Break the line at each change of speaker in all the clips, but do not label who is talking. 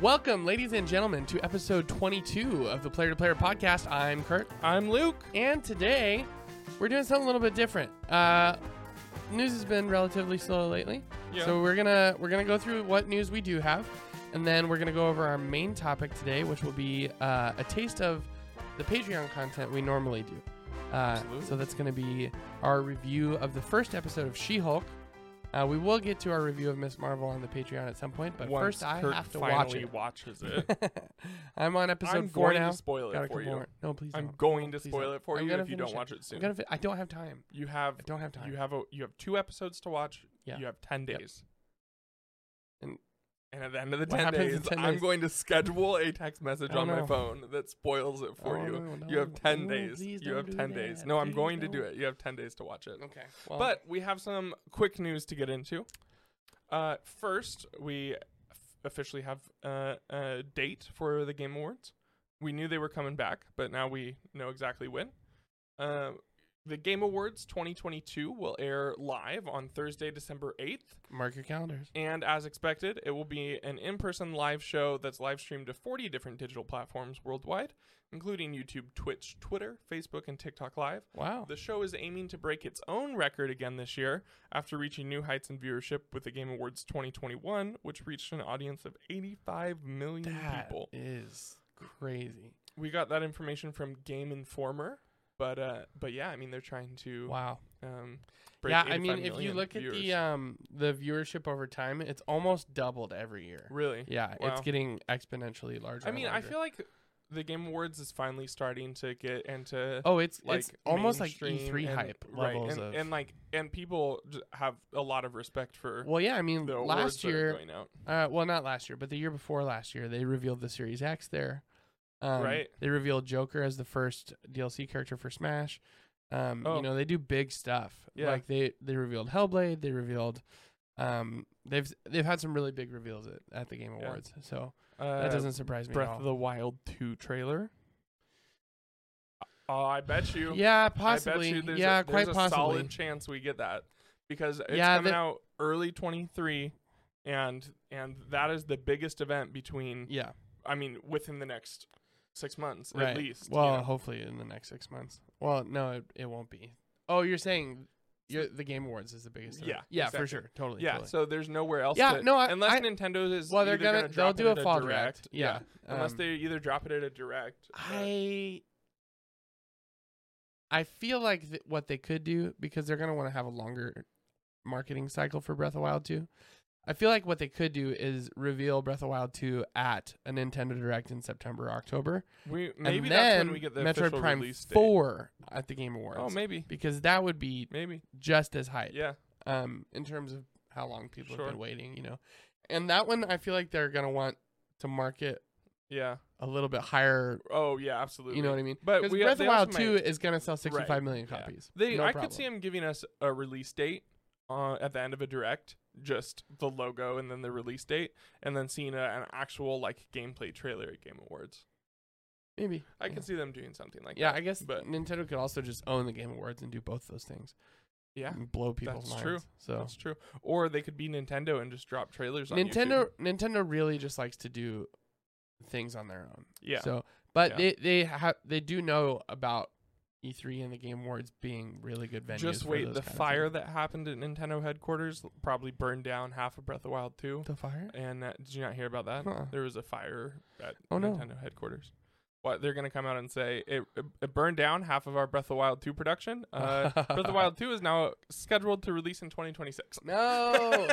Welcome, ladies and gentlemen, to episode 22 of the Player to Player podcast. I'm Kurt,
I'm Luke.
and today we're doing something a little bit different. Uh, news has been relatively slow lately,
Yeah.
so we're gonna we're gonna go through what news we do have, and then we're gonna go over our main topic today, which will be uh, a taste of the Patreon content we normally do. Uh,
Absolutely.
so that's gonna be our review of the first episode of She-Hulk. Uh, we will get to our review of Miss Marvel on the Patreon at some point, but
Once
first I
Kurt
have to
finally
watch it.
watches it.
I'm on episode
I'm
four
going
now.
to spoil
Got a
it for
couple
you.
more. No, please.
I'm
don't.
going to
Please
spoil
don't.
it for
I'm
you
gonna
if you
finish
don't watch it
I'm
soon.
gonna fi- I don't have time.
you have
I don't have time.
you have a you have two episodes to watch.
Yeah.
You have ten
Yep.
days.
And-
And at the end of the
What
10
happens
days,
in 10
I'm
days?
going to schedule a text message
Oh,
on
no.
my phone that spoils it for
Oh,
you.
no,
you have
no.
10
No,
days.
please
You
don't
have
do
10 days.
that.
No, I'm
Please
going to do
don't.
it. You have 10 days to watch it.
Okay. Well,
But we have some quick news to get into. Uh, first, we f- officially have uh, a date for the Game Awards. We knew they were coming back, but now we know exactly when. Uh, the Game Awards 2022 will air live on Thursday, December 8th.
mark your calendars.
And as expected, it will be an in person live show that's live streamed to 40 different digital platforms worldwide, including YouTube, Twitch, Twitter, Facebook, and TikTok Live.
Wow.
The show is aiming to break its own record again this year after reaching new heights in viewership with the Game Awards 2021, which reached an audience of 85 million
That
people.
is crazy.
We got that information from Game Informer, but uh, but yeah, I mean they're trying to
Wow.
um, break
Yeah, I
85
mean, if you
million
look at
viewers.
the um the viewership over time, it's almost doubled every year.
really,
Yeah, it's
Wow.
getting exponentially larger.
I
and
mean, I
larger.
feel like the Game Awards is finally starting to get into
Oh, it's
like
it's almost like
mainstream
E3
and-
hype
right,
levels
and,
of.
and like and people j- have a lot of respect for
well, yeah, I mean,
the awards
last
that are
year,
going out.
uh, well, not last year, but the year before last year, they revealed the Series X there. Um,
Right.
They revealed Joker as the first DLC character for Smash. Um,
Oh.
You know, they do big stuff.
Yeah.
Like they they revealed Hellblade. They revealed. Um, they've they've had some really big reveals at, at the Game
Yeah.
Awards, so
Uh,
that doesn't surprise me.
Breath
at all.
of the Wild 2 trailer. Oh, I bet you.
yeah,
I
possibly.
bet you there's
yeah,
a,
quite
there's a
possibly.
solid chance we get that because it's
Yeah,
coming
the-
out early 23 and and that is the biggest event between
yeah,
I mean within the next 6 months
right.
at least. you
Well,
know.
hopefully in the next six months. Well, no, it, it won't be. Oh, you're saying you're, the Game Awards is the biggest. event.
Yeah,
yeah, for
exactly.
sure, totally.
yeah,
totally.
so there's nowhere else
Yeah,
to-
no, I-
unless
I-
Nintendo is
well, they're
either
gonna,
gonna
they'll
drop
do
it
a
at
fall direct.
direct.
Yeah,
unless
um,
they either drop it at a direct. or-
I I feel like th- what they could do because they're gonna want to have a longer marketing cycle for Breath of the Wild 2. I feel like what they could do is reveal Breath of the Wild 2 at a Nintendo Direct in September or October,
we maybe
and
that's
then
when we get the
Metroid
official
Prime
release date.
4 at the Game Awards.
Oh, maybe.
because that would be
Maybe.
just as hype
Yeah.
um, in terms of how long people
Sure.
have been waiting, you know. And that one, I feel like they're gonna want to market
Yeah.
a little bit higher
Oh yeah, absolutely.
You know what I mean?
But
'Cause
we-
Breath of
they
the Wild
also
2
might-
is going to sell sixty-five million
yeah.
copies.
They,
no
I
problem.
could see them giving us a release date uh, at the end of a direct, just the logo and then the release date, and then seeing a, an actual like gameplay trailer at Game Awards.
Maybe.
I
yeah.
could see them doing something like
Yeah,
that.
I guess
but
Nintendo could also just own the Game Awards and do both those things.
yeah,
and blow people's minds.
that's true.
So
that's true. Or they could be Nintendo and just drop trailers on
Nintendo,
YouTube.
Nintendo really just likes to do things on their own.
Yeah,
So, but
Yeah.
they they have they do know about E3 and the Game Awards being really good venues.
just
for
wait.
those
The
kind of
fire
things.
that happened at Nintendo headquarters probably burned down half of Breath of the Wild too.
The fire.
And uh, did you not hear about that?
Uh-uh.
There was a fire at
Oh, no.
Nintendo headquarters. What they're gonna come out and say it, it, it burned down half of our Breath of the Wild 2 production. Uh, Breath of the Wild 2 is now scheduled to release in 2026.
No, Oh,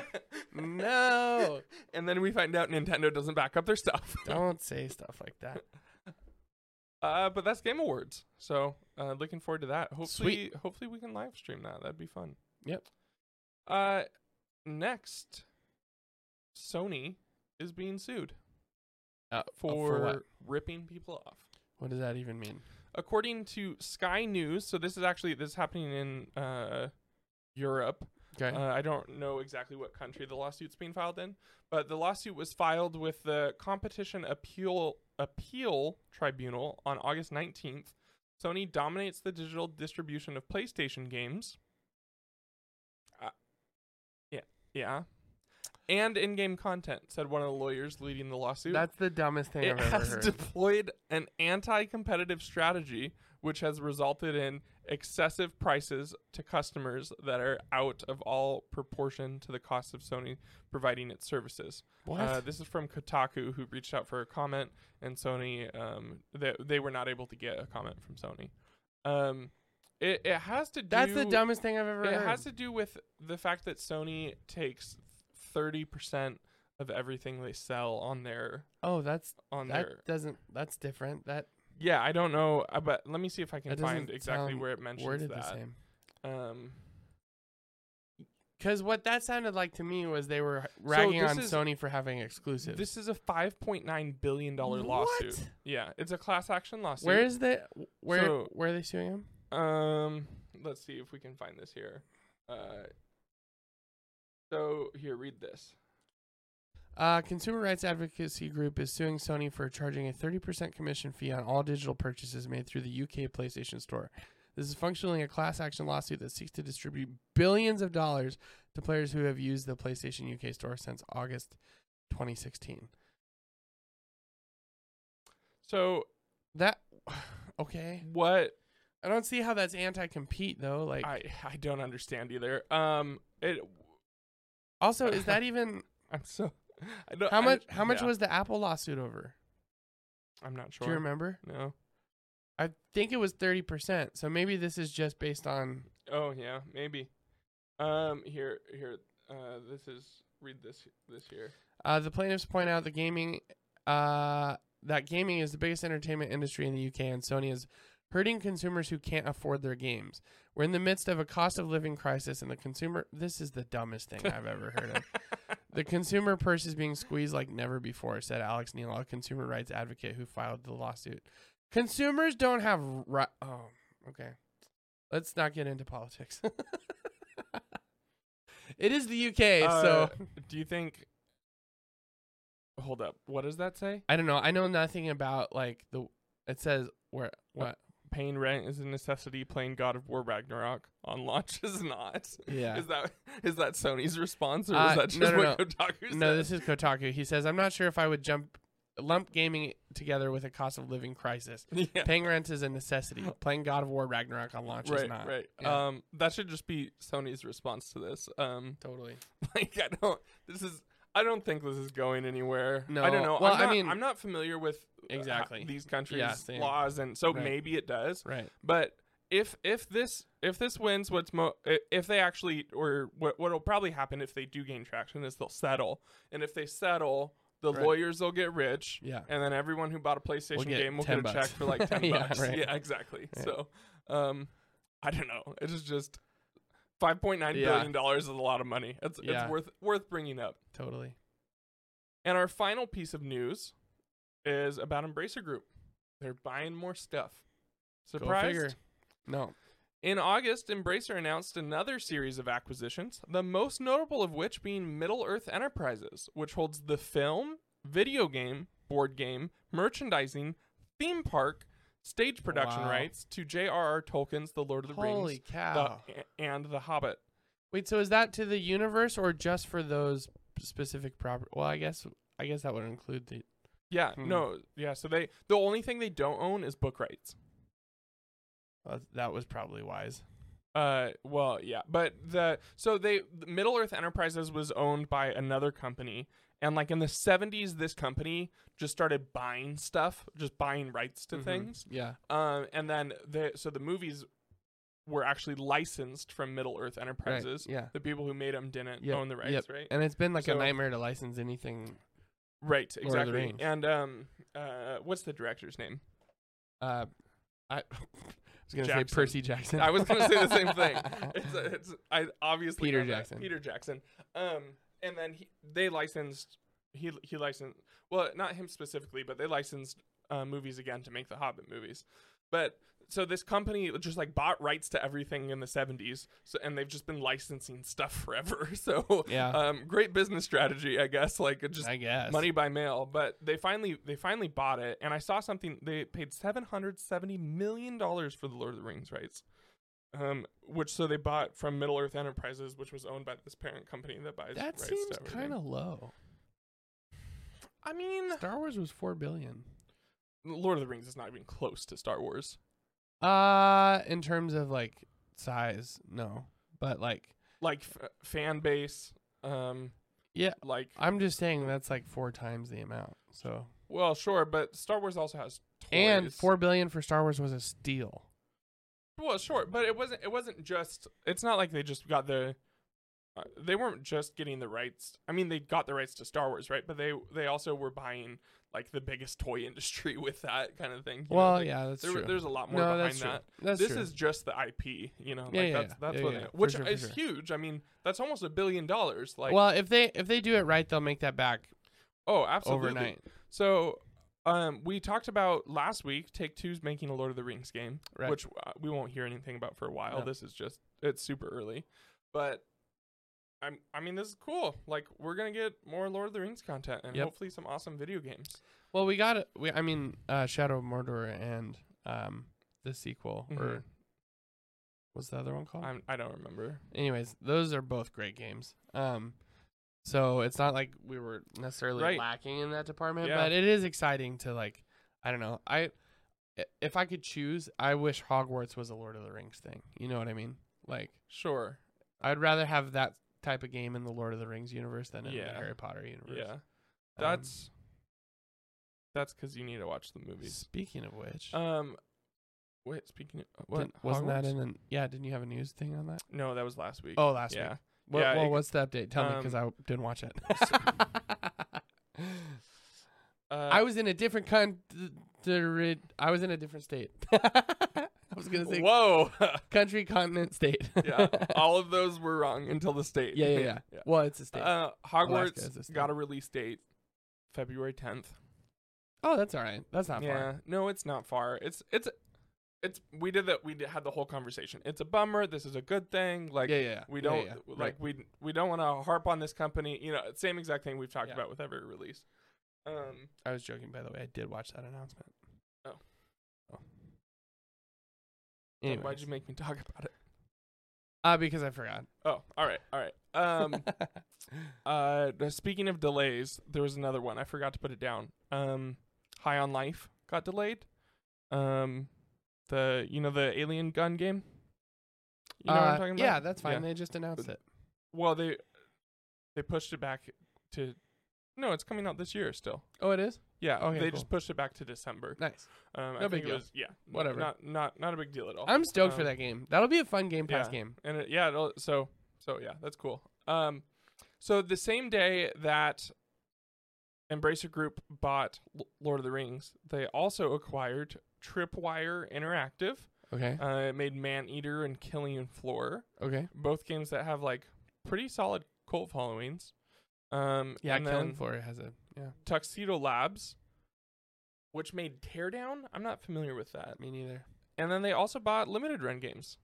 no!
And then we find out Nintendo doesn't back up their stuff.
Don't say stuff like that.
uh, but that's Game Awards, so uh, looking forward to that. Hopefully, hopefully we can live stream that. That'd be fun.
Yep.
Uh, next, Sony is being sued
Uh,
for
what?
ripping people off.
What does that even mean?
according to Sky News, so this is actually this is happening in uh, Europe.
Okay.
Uh, I don't know exactly what country the lawsuit's being filed in, but the lawsuit was filed with the Competition Appeal Appeal Tribunal on August 19th. Sony dominates the digital distribution of PlayStation games. Uh, yeah, yeah. and in-game content," said one of the lawyers leading the lawsuit.
That's the dumbest thing
it
I've ever
has
heard.
deployed an anti-competitive strategy which has resulted in excessive prices to customers that are out of all proportion to the cost of Sony providing its services.
what?
Uh, this is from Kotaku, who reached out for a comment, and Sony, um, they, they were not able to get a comment from Sony. Um, it, it has to do.
That's the dumbest thing I've ever
It
heard.
has to do with the fact that Sony takes thirty percent of everything they sell on their
oh, that's
on
that
their.
doesn't. That's different. That
Yeah, I don't know, uh, but let me see if I can
That
find
doesn't
exactly
sound
where it mentions
worded the
that.
same.
Um,
Because what that sounded like to me was they were ragging
this
on
is-
Sony for having exclusives.
this is a five point nine billion dollar lawsuit.
What?
Yeah, it's a class action lawsuit.
Where is the where
So-
where are they suing him?
Um, let's see if we can find this here. Uh, so here, read this.
Uh, consumer rights advocacy group is suing Sony for charging a 30% commission fee on all digital purchases made through the UK PlayStation Store. This is functionally a class action lawsuit that seeks to distribute billions of dollars to players who have used the PlayStation UK Store since August 2016.
So
That okay?
what
I don't see how that's anti-compete though. Like,
I I don't understand either. Um, it
also, is that even
I'm so I don't.
how
I-
much? How much
yeah,
was the Apple lawsuit over?
I'm not
Do you
sure.
remember?
No.
I think it was 30%. So maybe this is just based on
Oh yeah, maybe. Um, here here. Uh, this is read this this here.
Uh, the plaintiffs point out the gaming uh, that gaming is the biggest entertainment industry in the UK, and Sony is hurting consumers who can't afford their games. We're in the midst of a cost of living crisis, and the consumer. This is the dumbest thing I've ever heard of. The consumer purse is being squeezed like never before," said Alex Neal, a consumer rights advocate who filed the lawsuit. Consumers don't have right. Oh, okay. Let's not get into politics. it is the UK, so
Uh, do you think? Hold up. What does that say?
I don't know. I know nothing about like the. It says
Uh,
where what?
Paying rent is a necessity. Playing God of War Ragnarok on launch is not.
Yeah.
Is that is that Sony's response or
Uh,
is that just
no, no,
what Kotaku
No,
said?
this is Kotaku. He says, "I'm not sure if I would jump lump gaming together with a cost of living crisis.
yeah.
Paying rent is a necessity. Playing God of War Ragnarok on launch is
Right,
not.
right.
Yeah.
Um, that should just be Sony's response to this. Um,
Totally.
like I don't. This is. I don't think this is going anywhere. I don't
No.
know.
Well,
I'm
I
not,
mean-
I'm not familiar with uh, ho-
Exactly.
these countries'
same.
laws, and so
Right.
maybe it does.
Right.
But if if this if this wins, what's mo- i- if they actually or what what'll probably happen if they do gain traction is they'll settle, and if they settle, the
Right.
lawyers will get rich,
Yeah.
and then everyone who bought a PlayStation
get
game will
10
get a check
bucks.
for like ten
Yeah,
bucks.
right.
Yeah, exactly.
Yeah.
So, um, I don't know. It is just five point nine
Yeah.
billion dollars is a lot of money. It's
Yeah.
it's worth worth bringing up.
Totally.
And our final piece of news is about Embracer Group. They're buying more stuff.
Go
Surprised?
figure. No.
In August, Embracer announced another series of acquisitions, the most notable of which being Middle Earth Enterprises, which holds the film, video game, board game, merchandising, theme park, stage production
Wow.
rights to J.R.R. Tolkien's The Lord of the
Holy
Rings the-
cow.
a- and The Hobbit.
Wait. So is that to the universe or just for those specific property? Well, I guess I guess that would include the.
Yeah,
Hmm.
no, yeah, so they the only thing they don't own is book rights.
Uh, that was probably wise.
Uh, well, yeah, but the so they the Middle Earth Enterprises was owned by another company, and like in the seventies, this company just started buying stuff, just buying rights to
Mhm.
things.
Yeah.
Um, and then the so the movies were actually licensed from Middle Earth
Right.
Enterprises.
Yeah.
The people who made them didn't
Yep,
own the rights,
yep.
right?
And it's been like
So-
a nightmare to license anything.
Right,
of the
exactly.
Rings.
And um, uh, what's the director's name?
Uh, I, I was gonna
Jackson.
say Percy Jackson.
I was gonna say the same thing. It's, it's I obviously
Peter
know that.
Jackson.
Peter Jackson. Um, and then he, they licensed he he licensed well not him specifically, but they licensed uh, movies again to make the Hobbit movies. But so this company just like bought rights to everything in the seventies, so and they've just been licensing stuff forever. So
yeah,
um, great business strategy, I guess. Like it just
I guess
money by mail but they finally they finally bought it and i saw something they paid 770 million dollars for the lord of the rings rights um, which so they bought from Middle Earth Enterprises, which was owned by this parent company that buys.
That
rights to
seems
everything.
kind of low.
I mean,
Star Wars was four billion.
Lord of the Rings is not even close to Star Wars.
Uh, in terms of like size, no. But like,
Like f- fan base, um,
yeah,
like
I'm just saying that's like four times the amount. So
well, sure, but Star Wars also has toys.
and four billion for Star Wars was a steal.
Well, sure, but it wasn't. It wasn't just. It's not like they just got the. Uh, they weren't just getting the rights. I mean, they got the rights to Star Wars, right? But they they also were buying like the biggest toy industry with that kind of thing. you know,
well,
like,
yeah, that's
there, were-
true.
there's a lot more
no,
behind
that's
that.
true. That's
this
true.
is just the IP, you know.
Yeah, yeah,
like that's
yeah.
that's
Yeah,
what
yeah,
they-
yeah. For
which
sure, for
is
sure.
huge. I mean, that's almost a billion dollars. Like,
well, if they if they do it right, they'll make that back
oh, absolutely.
overnight,
So, um, we talked about last week Take Two's making a Lord of the Rings game,
Right.
which uh, we won't hear anything about for a while.
No.
This is just it's super early, but I'm I mean this is cool. Like we're gonna get more Lord of the Rings content and
Yep.
hopefully some awesome video games.
Well, we got it. We, I mean, uh, Shadow of Mordor and um, the sequel, or
Mhm.
what's the other one called?
I'm, I don't remember.
Anyways, those are both great games. Um, so it's not like we were necessarily
Right.
lacking in that department,
Yeah.
but it is exciting to like. I don't know. I i- if I could choose, I wish Hogwarts was a Lord of the Rings thing. You know what I mean? Like,
Sure.
I'd rather have that type of game in the Lord of the Rings universe than in the
Yeah.
Harry Potter universe.
Yeah,
Um,
that's that's because you need to watch the movies.
speaking of which.
Um, wait. Speaking of uh, what
didn't- wasn't that
Hogwarts?
in? An, yeah, didn't you have a news thing on that?
No, that was last week.
Oh, last
yeah.
week. What,
Yeah,
well,
it- Um,
what's the update? Tell me 'cause me, because I didn't watch it.
Uh,
I was in a different country. I was in a different state. I was gonna say
Whoa.
country, continent, state.
yeah. All of those were wrong until the state.
yeah, yeah, yeah. Well, it's a state.
Uh,
Alaska is a
Hogwarts
state.
got a release date, February 10th.
oh, that's all right. That's not
yeah.
far.
No, it's not far. It's it's it's we did that. We did, had the whole conversation. It's a bummer. This is a good thing. Like
yeah, yeah, yeah.
we
Yeah,
don't
yeah, yeah.
like we we don't want to harp on this company. You know, same exact thing we've talked
Yeah.
about with every release. Um,
I was joking, by the way. I did watch that announcement.
Oh.
Oh.
then
Anyways.
why'd you make me talk about it?
Uh, because I forgot.
Oh, all right, all right. Um, Uh, th- speaking of delays, there was another one. I forgot to put it down. Um, High on Life got delayed. Um, the you know the alien gun game. You know what
Uh,
I'm talking about?
Yeah, that's fine.
Yeah.
They just announced it.
Well, they they pushed it back to. No, it's coming out this year still.
Oh, it is
Yeah,
Okay,
they
cool.
just pushed it back to December.
nice.
Um,
No
I think
big
it
deal.
was yeah, n-
Whatever.
Not not not a big deal at all.
I'm stoked for
Um,
that game. That'll be a fun Game Pass
yeah.
game.
and it, yeah, it'll, so so yeah, that's cool. Um, so the same day that Embracer Group bought L- Lord of the Rings, they also acquired Tripwire Interactive.
Okay.
Uh, it made Man Eater and Killing Floor,
Okay.
both games that have like pretty solid cult followings. Um,
Yeah,
and
Killing
then
Floor has a yeah.
Tuxedo Labs, which made Teardown. I'm not familiar with that.
Me neither.
And then they also bought Limited Run games.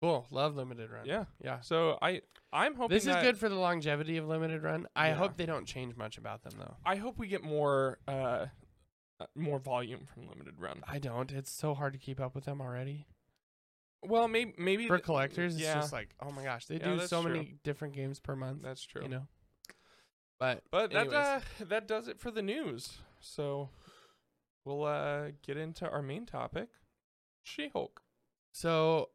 Cool. Love limited run.
Yeah.
Yeah.
So I I'm hoping
This is
that-
good for the longevity of limited run. I
Yeah.
hope they don't change much about them though.
I hope we get more uh uh, more volume from limited run.
I don't. It's so hard to keep up with them already.
Well, maybe maybe
For
th-
collectors, it's
yeah,
just like, oh my gosh, they
Yeah,
do
that's
so many different games per month.
that's true.
You know. But
But that
anyways.
uh, that does it for the news. So we'll uh get into our main topic, She-Hulk.
so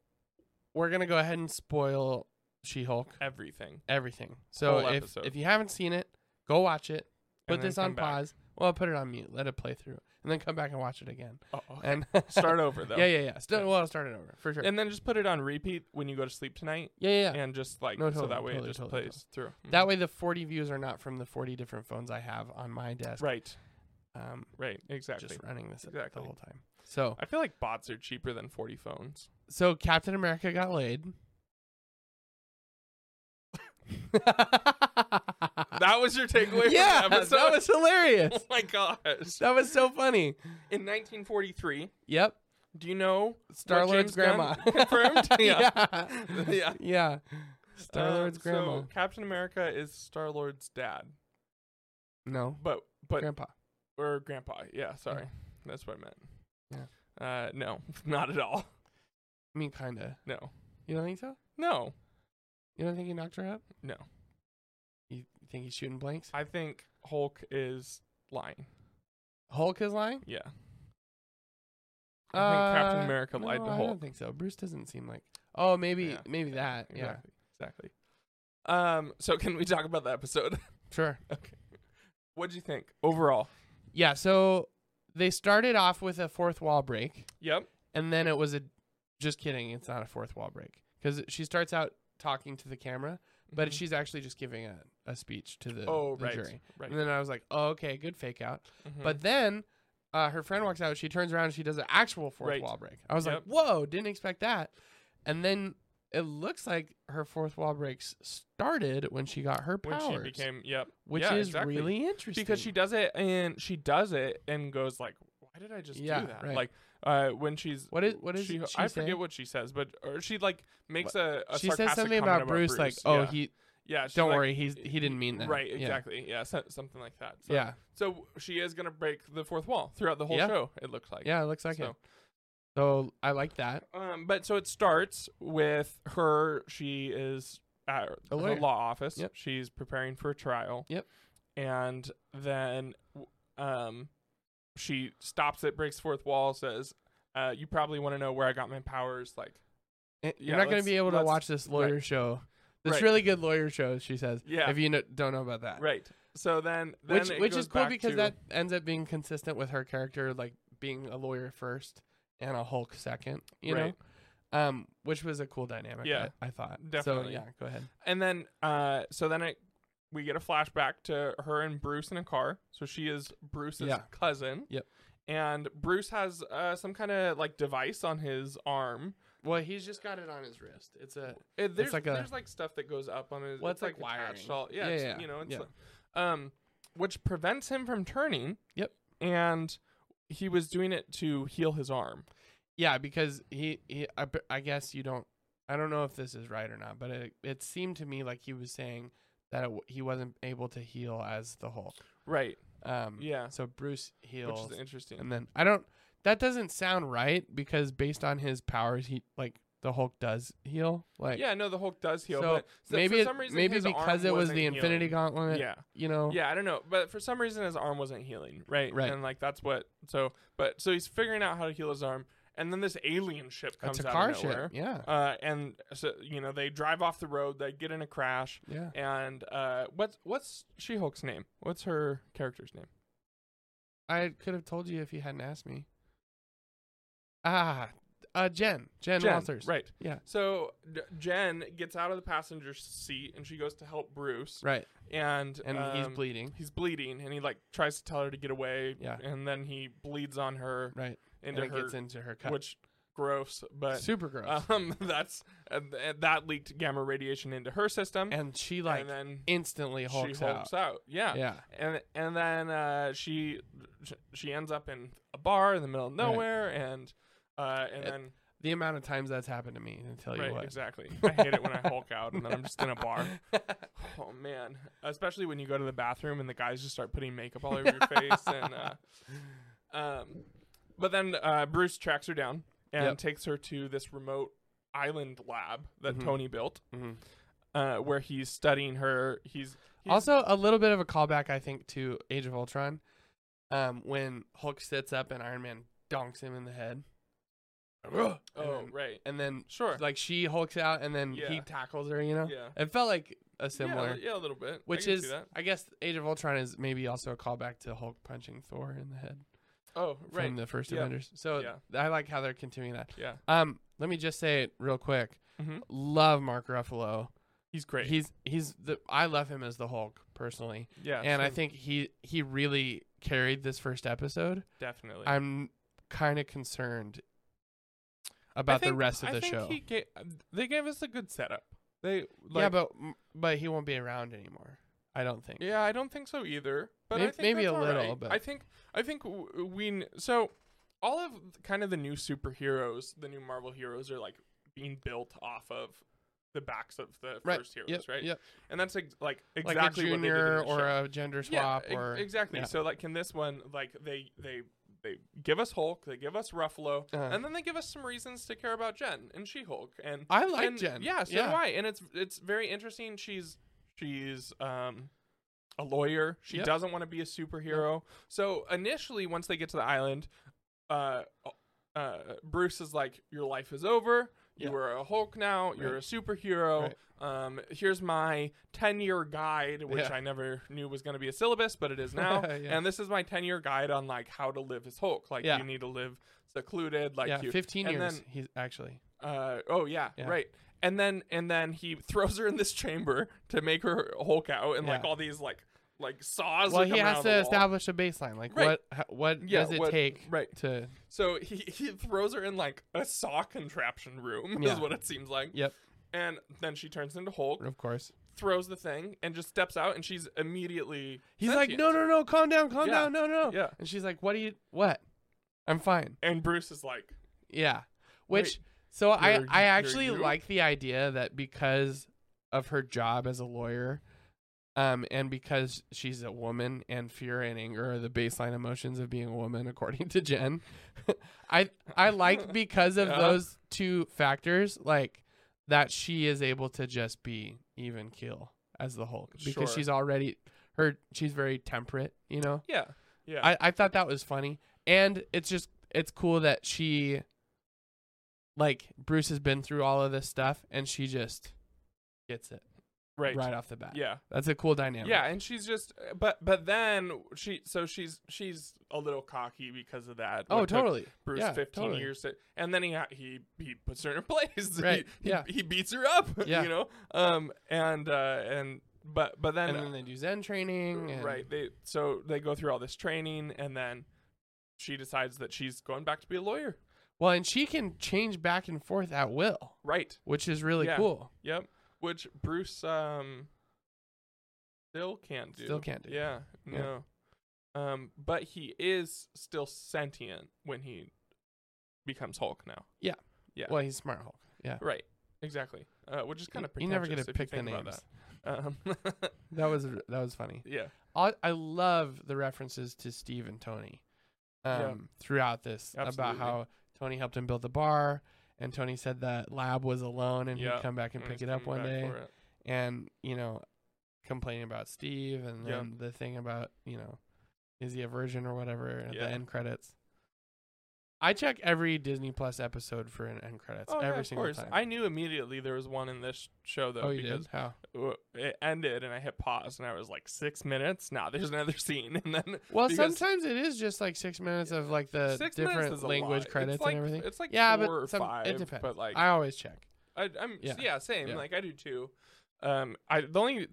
we're gonna go ahead and spoil She-Hulk
Everything.
everything. So
Whole
if
episode.
if you haven't seen it, go watch it.
and
Put
then
this on
come back.
pause. Well, put it on mute. Let it play through, and then come back and watch it again.
Oh, okay.
And
Start over though.
yeah, yeah, yeah.
Yeah.
Still, well, I'll start it over for sure.
And then just put it on repeat when you go to sleep tonight,
yeah, yeah, yeah.
and just like
No,
so
totally,
that way it
totally,
just
totally,
plays through. Mm-hmm.
That way, the forty views are not from the forty different phones I have on my desk.
Right.
Um,
Right. Exactly.
just running this
Exactly.
the whole time. So,
I feel like bots are cheaper than forty phones.
so Captain America got laid.
That was your takeaway
yeah,
from the episode.
that was hilarious.
oh my gosh.
that was so funny.
In 1943,
Yep.
do you know
Star Lord's
James Gunn
grandma
confirmed? Yeah.
yeah.
Yeah.
Yeah. Star Lord's
Um,
grandma.
So Captain America is Star Lord's dad,
no.
but but
grandpa.
or grandpa. Yeah, sorry, that's what I meant.
Yeah.
Uh, no, not at all.
I mean, kinda.
No.
You don't think so?
No,
You don't think he knocked her up?
No.
You think he's shooting blanks?
I think Hulk is lying.
Hulk is lying?
Yeah, I think Captain
Uh,
America lied
no,
to
I
Hulk.
don't think so. Bruce doesn't seem like. Oh, maybe
Yeah.
maybe that. Yeah.
exactly. exactly. Um, so can we talk about the episode?
Sure.
What'd you think overall?
Yeah, so they started off with a fourth wall break.
Yep.
and then it was a just kidding it's not a fourth wall break because she starts out talking to the camera but
Mhm.
she's actually just giving a, a speech to the,
oh
the
right,
jury
right.
and then i was like oh, okay good fake out
Mhm.
but then uh, her friend walks out she turns around and she does an actual fourth
Right.
wall break i was like
Yep.
whoa didn't expect that and then it looks like her fourth wall breaks started when she got her
Mm-hmm. when
powers
she became yep,
which
yeah,
is
exactly.
really interesting
because she does it and she does it and goes like, why did I just
Yeah,
do that?
right.
Like uh, when she's
what is what is
she,
she,
I
say?
forget what she says, but or she like makes a, a
she says
sarcastic
something
comment
about Bruce, like, "Oh,
yeah.
he
yeah she's
don't
like,
worry, he's he didn't mean that."
right
Yeah.
exactly yeah, so, something like that so,
yeah,
so she is gonna break the fourth wall throughout the whole
Yeah.
show it looks like
yeah, it looks like it.
so
So I like that.
um but so it starts with her she is at
A
her
lawyer.
law office
Yep.
she's preparing for a trial
Yep.
and then w- um she stops it breaks fourth wall says uh you probably want to know where i got my powers like
And
Yeah,
Eh, You're not going
let's-
to be able to
let's-
watch this lawyer show. This
Right.
really good lawyer show, she says.
Yeah.
If you kn- don't know about that,
right so then, then
which
it
which
goes
is cool
back
because
to-
that ends up being consistent with her character, like being a lawyer first and a Hulk second. You
right.
know, um, which was a cool dynamic.
Yeah,
I, I thought. So
definitely.
yeah, go ahead.
and then uh so then it we get a flashback to her and Bruce in a car. So she is Bruce's
Yeah.
cousin.
Yep.
And Bruce has uh, some kind of like device on his arm.
Well, he's just got it on his wrist. It's a
It, there's
like
like
a-
there's like stuff that goes up on his.
Well,
it's
it's like
attached
wiring.
all- yeah,
Yeah,
it's,
yeah,
You know, it's
yeah.
like- um, which prevents him from turning.
Yep.
And he was doing it to heal his arm.
yeah because he, he I, b- I guess you don't i don't know if this is right or not but it, it seemed to me like he was saying that it, w- he wasn't able to heal as the hulk
Right.
um
Yeah.
so bruce heals
Which is interesting.
and then i don't that doesn't sound right because based on his powers he like the hulk does heal like
yeah. No, the Hulk does heal.
so
but so
maybe
for
it-
some reason
maybe
his arm
because it was
wasn't
the infinity
healing.
gauntlet
Yeah.
you know
Yeah, I don't know, but for some reason his arm wasn't healing, right?
Right.
And like that's what. So, but so he's figuring out how to heal his arm, and then this alien ship comes
it's a
out
car
of nowhere.
ship yeah
Uh, and so you know they drive off the road, they get in a crash,
yeah
and uh, what's what's She Hulk's name? What's her character's name?
i could have told you if you hadn't asked me ah uh jen jen, walters
Right.
Yeah.
So D- Jen gets out of the passenger seat and she goes to help Bruce,
right
and
and he's
um,
bleeding.
He's bleeding, and he like tries to tell her to get away.
Yeah.
And then he bleeds on her
Right,
into
and it
her
gets into her cup.
which gross but
Super gross.
um that's and, and that leaked gamma radiation into her system and,
and she like
then
instantly
she
hulks,
hulks out, Yeah.
Yeah,
and and then uh she she ends up in a bar in the middle of
Right.
nowhere and uh and
It-
then
the amount of times that's happened to me, I tell you
right
what.
exactly i hate it when i hulk out and then i'm just in a bar oh man especially when you go to the bathroom and the guys just start putting makeup all over your face and uh um but then uh bruce tracks her down and
Yep.
takes her to this remote island lab that
Mhm.
tony built
Mhm.
uh where he's studying her he's, he's
Also, a little bit of a callback, I think, to Age of Ultron, um, when Hulk sits up and Iron Man donks him in the head.
oh
and,
right
and then
sure
like she hulks out, and then he
Yeah.
tackles her. You know,
yeah
it felt like a
yeah,
similar.
li- yeah a little bit I
Which
can see
is,
that.
I guess, Age of Ultron is maybe also a callback to Hulk punching Thor in the head
oh right
from the first
Yeah.
Avengers. So
Yeah.
th- I like how they're continuing that.
yeah
Um, let me just say it real quick.
Mhm.
Love Mark Ruffalo.
he's great
Mm-hmm. He's he's the I love him as the Hulk personally,
yeah
and I
same,
think he he really carried this first episode.
definitely
I'm kind of concerned about the rest of the show.
they gave us a good setup. They like,
yeah, but but he won't be around anymore. I don't think.
yeah, I don't think so either. But I
May-
think
maybe
that's
a
all
little,
right.
but-
I think I think w- we kn- so all of th- kind of the new superheroes, the new Marvel heroes, are like being built off of the backs of the
Right.
first heroes,
Yep,
right?
yep.
And that's ex- like
Like
exactly
a junior
what they did in the
or
show.
a gender
Yeah,
swap
ex-
or
exactly.
yeah.
So like in this one, like they they they give us Hulk, they give us Ruffalo,
Uh-huh.
and then they give us some reasons to care about Jen and She Hulk and
I like
and
Jen.
Yeah, so do I. And it's it's very interesting. She's she's um a lawyer. She
Yep.
doesn't want to be a superhero. So initially, once they get to the island, uh, uh, Bruce is like, "Your life is over. You
Yeah.
are a Hulk now. You're a
Right.
superhero. Um, here's my ten-year guide, which
Yeah.
I never knew was going to be a syllabus, but it is now.
Yeah.
And this is my ten-year guide on like how to live as Hulk. Like
Yeah.
you need to live secluded. Like
yeah,
you,
15
and
years.
then-
he's actually.
uh, oh yeah,
Yeah.
right. And then and then he throws her in this chamber to make her Hulk out, and like
Yeah.
all these like like saws.
Well,
are
he
coming out
has
of
to
the wall.
establish a baseline. Like
Right.
what how, what
Yeah,
does it
what-
take
right.
to
So he, he throws her in like a saw contraption room
Yeah.
is what it seems like.
Yep.
And then she turns into Hulk,
Of course.
throws the thing, and just steps out, and she's immediately
He's like,
sentient.
"No, no, no, calm down, calm
Yeah.
down. No, no."
Yeah.
And she's like, "What do you what? I'm fine."
And Bruce is like,
Yeah.
Wait,
Which so I
you're-
I
you're
actually
you?
like the idea that because of her job as a lawyer um and because she's a woman and fear and anger are the baseline emotions of being a woman according to Jen. I I like because of
Yeah.
those two factors like that she is able to just be even keel as the Hulk because
Sure.
she's already her she's very temperate, you know.
yeah, yeah,
I, I thought that was funny. And it's just it's cool that she like Bruce has been through all of this stuff and she just gets it
right,
right, off the bat.
yeah.
That's a cool dynamic.
Yeah, and she's just uh, but but then she so she's she's a little cocky because of that.
Oh,
what took
totally.
Bruce
Yeah,
15
totally.
years to, and then he ha- he he puts her in her place.
Right,
He,
yeah.
He, he beats her up.
Yeah.
You know. Um. And uh. And but but then, uh,
And then they do Zen training and
right they so they go through all this training and then she decides that she's going back to be a lawyer.
well and she can change back and forth at will,
Right.
which is really
Yeah.
cool.
Yep. Which Bruce um still can't do.
Still can't do.
Yeah.
Yeah.
No. Um. But he is still sentient when he becomes Hulk now. Yeah.
Well, he's smart Hulk. Yeah.
Right. Exactly. Uh, which is kind of
you never get
to
to pick the names. That.
That. Um,
was that was funny.
yeah.
I, I love the references to Steve and Tony um,
Yeah.
throughout this about
Absolutely.
how Tony helped him build the bar, and Tony said that Lab was alone and
Yeah.
he'd come back and
when
pick
he's
it up
coming
one
back
day,
for it.
and you know, complaining about Steve, and
Yeah.
then the thing about you know, is he a virgin or whatever at
Yeah.
the end credits. I check every Disney Plus episode for an end credits
Oh, yeah,
every
of
single
course.
time.
I knew immediately there was one in this show though
oh, you
because
did? How?
w- it ended and I hit pause and I was like six minutes. Nah, there's another scene and then
Well,
because-
sometimes it is just like six minutes of like the
six minutes is
different
a
language
lot. It's
credits
like-
and everything.
It's like
yeah,
four
but
or
some,
five.
it depends.
But like
I always check.
I, I'm yeah,
Yeah.
same.
Yeah.
Like I do too. Um, I the only th-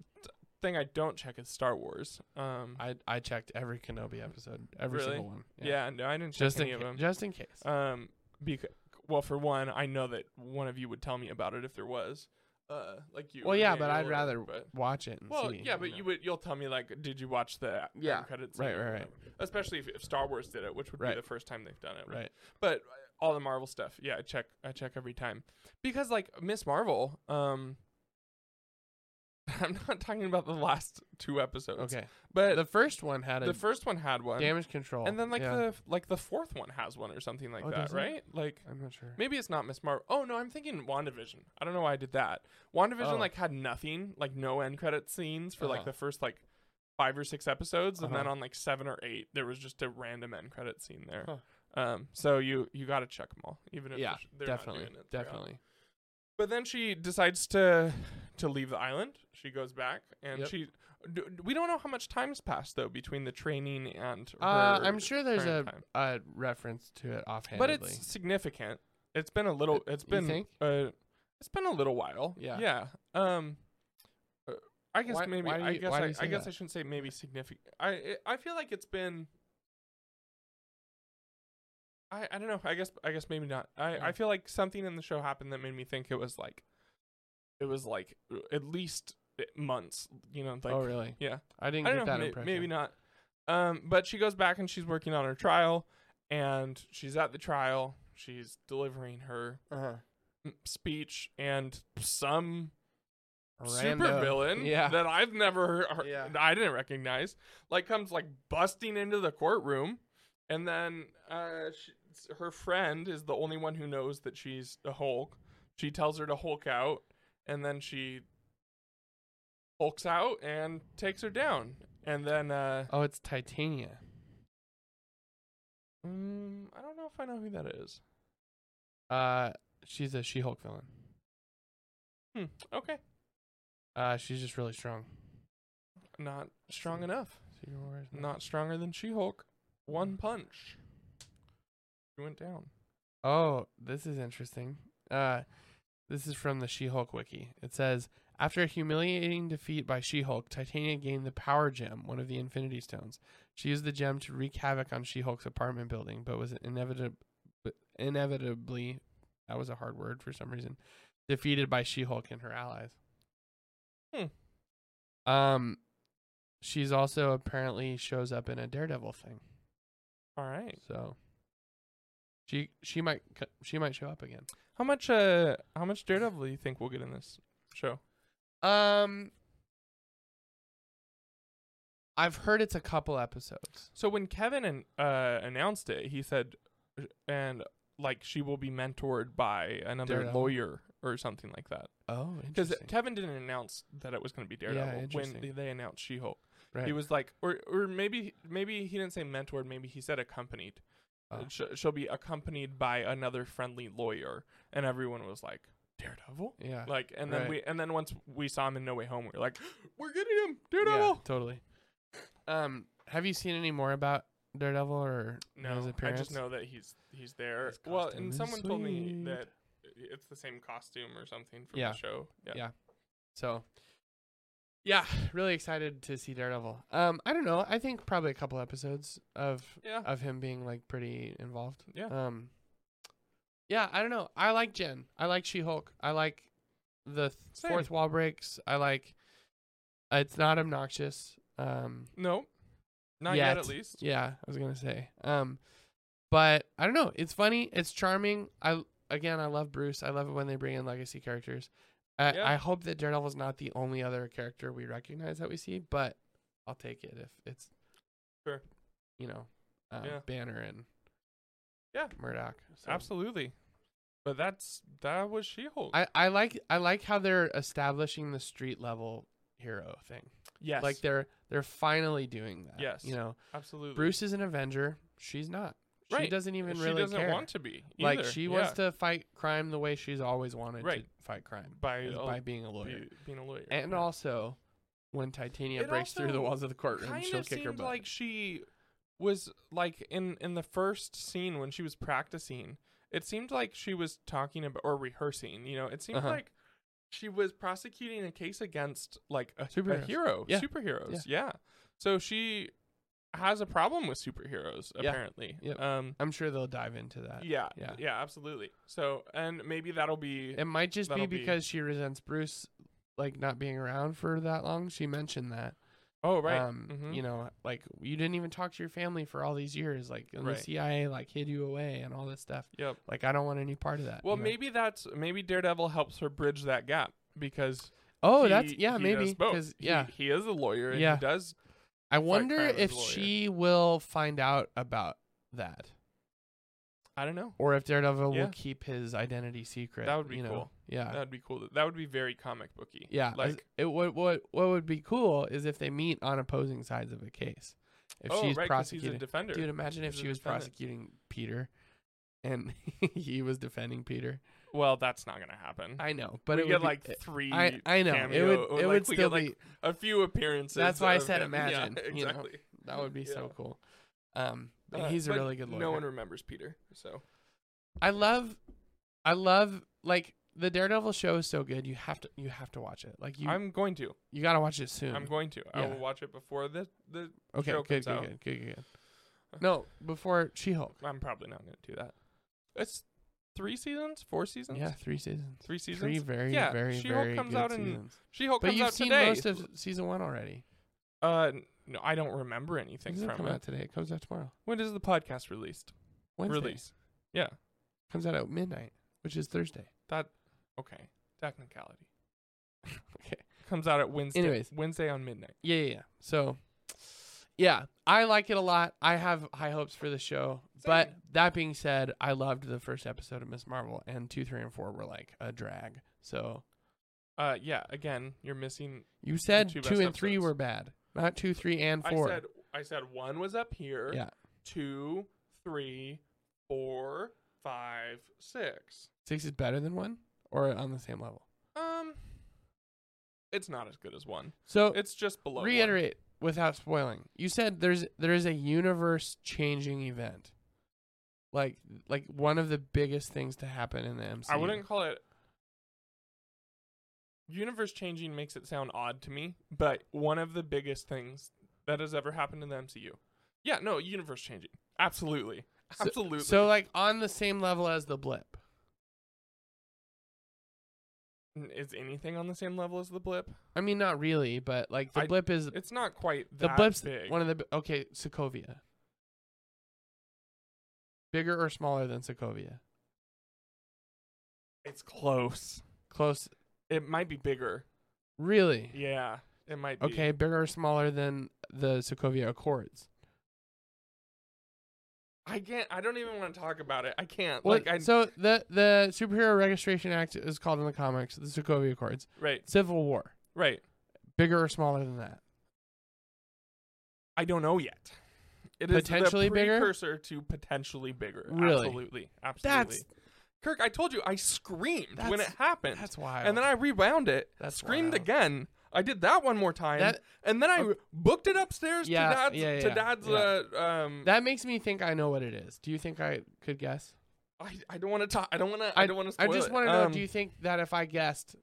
thing I don't check is Star Wars. Um,
I I checked every Kenobi episode, every
Really?
single one.
yeah. no, I didn't check
just in
any of
ca-
them.
just in case.
Um, because well, for one, I know that one of you would tell me about it if there was. Uh, like you.
well,
or
yeah,
Daniel
but I'd
or-
rather
but-
watch it. And
well,
see,
yeah, but you would. You'll tell me like, did you watch the end
Yeah.
credits?
Right,
scene or
right, right.
whatever. Especially if, if Star Wars did it, which would
Right.
be the first time they've done it.
right.
but uh, all the Marvel stuff, yeah, I check I check every time because like Miss Marvel, um, I'm not talking about the last two episodes,
Okay,
but
the first one had
the,
a
first one had one,
damage control,
and then like
yeah.
the like the fourth one has one or something like
Oh,
that,
does it?
right? Like
I'm not sure.
maybe it's not Miss Marvel. Oh no, I'm thinking WandaVision. I don't know why I did that. WandaVision
Oh.
like had nothing, like no end credit scenes for like
Uh-huh.
the first like five or six episodes, and then
Uh-huh.
on like seven or eight, there was just a random end credit scene there.
Huh.
Um, so you you got to check them all, even if
Yeah,
they're sh- they're not
Definitely,
doing it throughout.
definitely.
But then she decides to to leave the island. She goes back, and
Yep.
she. d- d- we don't know how much time's passed though between the training and.
Uh,
her
I'm sure there's
current
a,
time.
a reference to it offhand.
but it's significant. It's been a little. It's
you
been.
think?
Uh, it's been a little while.
Yeah.
Yeah. Um. uh, I guess
Why-
maybe.
why do
I
you-
guess.
why do
I,
you
I
say
guess
that?
I shouldn't say maybe significant. I it, I feel like it's been. I, I don't know. I guess I guess maybe not. I,
Yeah.
I feel like something in the show happened that made me think it was like, it was like uh, at least uh, months. You know, like
oh really?
yeah.
I didn't
I
get
don't know.
that
may-
impression.
Maybe not. Um, but she goes back and she's working on her trial, and she's at the trial. She's delivering her
Uh-huh.
mm, speech, and some super
Rando.
villain
Yeah.
that I've never heard,
Yeah.
I didn't recognize, like comes like busting into the courtroom, And then uh, she, s- her friend is the only one who knows that she's a Hulk. She tells her to Hulk out, and then she hulks out and takes her down. And then uh,
Oh, it's Titania.
mm, I don't know if I know who that is.
Uh, she's a She-Hulk villain.
Hmm. Okay.
Uh, she's just really strong.
Not strong enough.
Secret Warriors.
Not stronger than She Hulk. One punch. She went down.
Oh, this is interesting. Uh, this is from the She-Hulk wiki. It says after a humiliating defeat by She-Hulk, Titania gained the Power Gem, one of the Infinity Stones. She used the gem to wreak havoc on She-Hulk's apartment building, but was inevitably inevitably that was a hard word for some reason defeated by She-Hulk and her allies. Um, she's also apparently shows up in a Daredevil thing.
All right.
So she she might co- she might show up again.
How much uh how much Daredevil do you think we'll get in this show?
Um I've heard it's a couple episodes.
So when Kevin an, uh announced it, he said uh, and like she will be mentored by another
Daredevil.
lawyer or something like that.
Oh,
Because Kevin didn't announce that it was going to be Daredevil when
interesting.
they- they announced She-Hulk.
Right.
He was like, or or maybe maybe he didn't say mentored. Maybe he said accompanied. Uh,
Oh.
sh- she'll be accompanied by another friendly lawyer, and everyone was like, Daredevil.
yeah.
Like, and then
Uh, Right.
we and then once we saw him in No Way Home, we were like, we're getting him,
yeah,
Daredevil.
totally. Um have you seen any more about Daredevil or
No,
his
I
appearance?
just know that he's he's there.
His
well,
costume
and
is
someone told me
sweet.
that it's the same costume or something from
Yeah.
the show. Yeah.
Yeah. So yeah, really excited to see Daredevil. Um, I don't know. I think probably a couple episodes of
Yeah.
of him being like pretty involved.
Yeah.
Um. Yeah, I don't know. I like Jen. I like She Hulk. I like the th-
Same.
fourth wall breaks. I like. uh, It's not obnoxious. Um.
No, not yet,
Yet.
at least.
Yeah, I was gonna say. Um. But I don't know. It's funny. It's charming. I again, I love Bruce. I love it when they bring in legacy characters. I,
Yeah.
I hope that Daredevil's not the only other character we recognize that we see, but I'll take it if it's
Sure.
You know, um,
Yeah.
Banner and
Yeah.
Murdoch. So-
Absolutely. But that's that was She-Hulk.
I, I like I like how they're establishing the street level hero thing.
yes,
Like they're they're finally doing that.
Yes.
You know,
absolutely.
Bruce is an Avenger. She's not. She
Right.
doesn't even
she
really
doesn't
care.
want to be.
like
either.
she
yeah.
wants to fight crime the way she's always wanted
Right.
to fight crime
by,
is
a-
by being a lawyer.
be- being a lawyer.
and
yeah.
also, when Titania
It
breaks through
also
the walls of the courtroom,
kind
she'll
of
kick her
seemed
butt.
like she was like in in the first scene when she was practicing it seemed like she was talking about or rehearsing you know it seemed
Uh-huh.
like she was prosecuting a case against like a, a
Superheroes.
hero
Yeah.
superheroes yeah. so she has a problem with superheroes
Yeah.
apparently
Yep.
um
I'm sure they'll dive into that.
yeah, yeah
yeah.
absolutely so and maybe that'll be
It might just be
That'll be-
because she resents Bruce like not being around for that long. She mentioned that.
oh right
Um,
Mhm.
You know, like you didn't even talk to your family for all these years. Like and
Right.
the CIA like hid you away and all this stuff.
yep
Like I don't want any part of that.
well
you know?
maybe that's maybe daredevil helps her bridge that gap because
Oh,
he-
that's yeah,
he
maybe
does both.
because
He-
yeah,
he, is a lawyer. And
Yeah.
he does.
I wonder
crime as
if
a lawyer.
she will find out about that,
I don't know.
or if Daredevil
Yeah.
will keep his identity secret.
That would be
you know?
cool.
Yeah,
That would be cool. That would be very comic booky.
Uh, yeah. as-
like
it what what what would be cool is if they meet on opposing sides of a case. If
oh
she's
right, 'cause he's
prosecuted,
a defender.
dude, imagine if
He's a
she was
defendant.
prosecuting Peter, and he was defending Peter.
Well, that's not gonna happen.
I know, but
we
it
get
would be-
like three.
I I know it
cameo-
would
or,
it
like,
would
we
still
get, like,
be
a few appearances.
That's why I
of
said
him.
imagine,
Yeah,
you know.
exactly.
that would be so
yeah.
cool. Um, but
Uh,
he's a
but
really good lawyer.
No one remembers Peter. So
I love, I love like the Daredevil show is so good. You have to you have to watch it. Like you
I'm going to.
you gotta watch it soon.
I'm going to. I
Yeah.
will watch it before the the.
okay,
show
good,
comes
good,
out. Uh.
good, good, good, good. No, before She Hulk.
I'm probably not gonna do that. It's three seasons, four seasons.
Yeah, three seasons.
Three seasons.
Three very
Yeah,
very
She-Hulk
very
comes
good
out in-
seasons.
She Hulk
but
comes
you've
out
seen
today.
most of season one already.
Uh, n- no, I don't remember anything
It doesn't
from
come
it.
out today. It comes out tomorrow.
When is the podcast released?
Wednesday.
Release. Yeah,
comes out at midnight, which is Thursday.
that okay. Technicality
Okay.
comes out at Wednesday.
Anyways.
Wednesday on midnight.
Yeah, yeah, yeah. So, Yeah, I like it a lot. I have high hopes for the show. But that being said, I loved the first episode of Miss Marvel, and two, three, and four were like a drag. So
Uh, yeah. Again, you're missing.
you said
two
two,
best
and three
episodes.
were bad, not two, three, and four.
I said I said one was up here.
Yeah.
Two, three, four, five, six.
Six is better than one, or on the same level.
Um, it's not as good as one.
So
It's just below. one.
Oh, reiterate without spoiling. You said there's there is a universe changing event, like like one of the biggest things to happen in the MCU.
I wouldn't call it. Universe changing makes it sound odd to me, but one of the biggest things that has ever happened in the MCU. Yeah, no, universe changing. Absolutely.
So-
Absolutely.
So like on the same level as the blip.
N- is anything on the same level as the blip?
I mean, not really, but like the
I-
blip is
It's not quite
the
that
blip's
big.
one of the b- okay Sokovia. Bigger or smaller than Sokovia?
it's close.
Close,
It might be bigger.
really?
Yeah, it might be.
Okay, bigger or smaller than the Sokovia Accords?
I can't. I don't even want to talk about it. I can't.
Well,
like I.
so the the Superhero Registration Act is called in the comics the Sokovia Accords.
right.
Civil War,
Right.
bigger or smaller than that?
I don't know yet. It is
Potentially
the
bigger?
precursor to potentially bigger.
Really?
Absolutely. Absolutely.
That's
Kirk, I told you I screamed when it
That's-
happened.
that's wild.
and then I rewound it,
That's
screamed
wild.
again. I did that one more time.
That-
and then I
Ok.
booked it upstairs
Yeah,
to dad's
yeah,
to
yeah,
dad's
yeah.
uh, um
that makes me think I know what it is. Do you think I could guess?
I, I don't want to talk I don't want to I, don't want to
I
spoil
just
it.
want to know:
Um,
Do you think that if I guessed,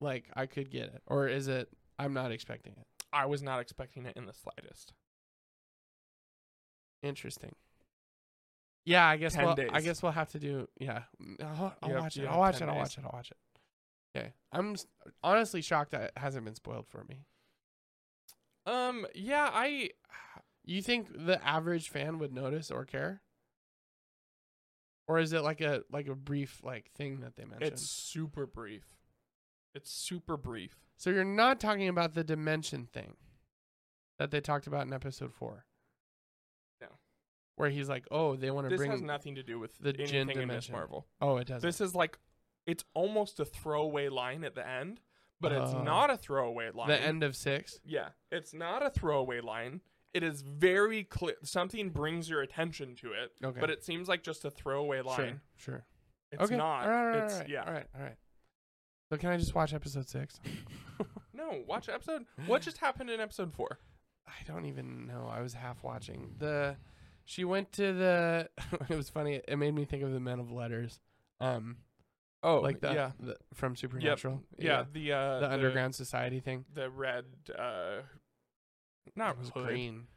like I could get it, or is it I'm not expecting it?
I was not expecting it in the slightest.
Interesting. Yeah, I guess.
10
We'll, I
days.
guess we'll have to do. Yeah, Mm, I'll, I'll
You have-
watch
you
it.
have
I'll watch
10
it. I'll watch it. I'll watch it. Okay, I'm s- honestly shocked that it hasn't been spoiled for me.
Um yeah, I
You think the average fan would notice or care? Or is it like a like a brief like thing that they mentioned?
it's super brief. It's super brief.
So you're not talking about the dimension thing that they talked about in episode four.
No.
Where he's like, "Oh, they want to
This
bring
has nothing to do with
the
anything
gin
in Miss
dimension.
Marvel.
Oh, it doesn't.
This is like it's almost a throwaway line at the end, but it's
Oh.
not a throwaway line.
the end of six.
Yeah, it's not a throwaway line. It is very clear. Something brings your attention to it,
Okay.
but it seems like just a throwaway line.
Sure. Sure.
It's
okay.
not.
All right, all right,
it's
all right,
yeah.
All right. All right. So can I just watch episode six?
No, watch episode. What just happened in episode four?
I don't even know. I was half watching the. She went to the. it was funny. It made me think of the Men of Letters, um,
Oh,
like the,
yeah,
the from Supernatural.
yeah, The uh,
the, underground society thing.
the red. uh Not
It was
hood.
green.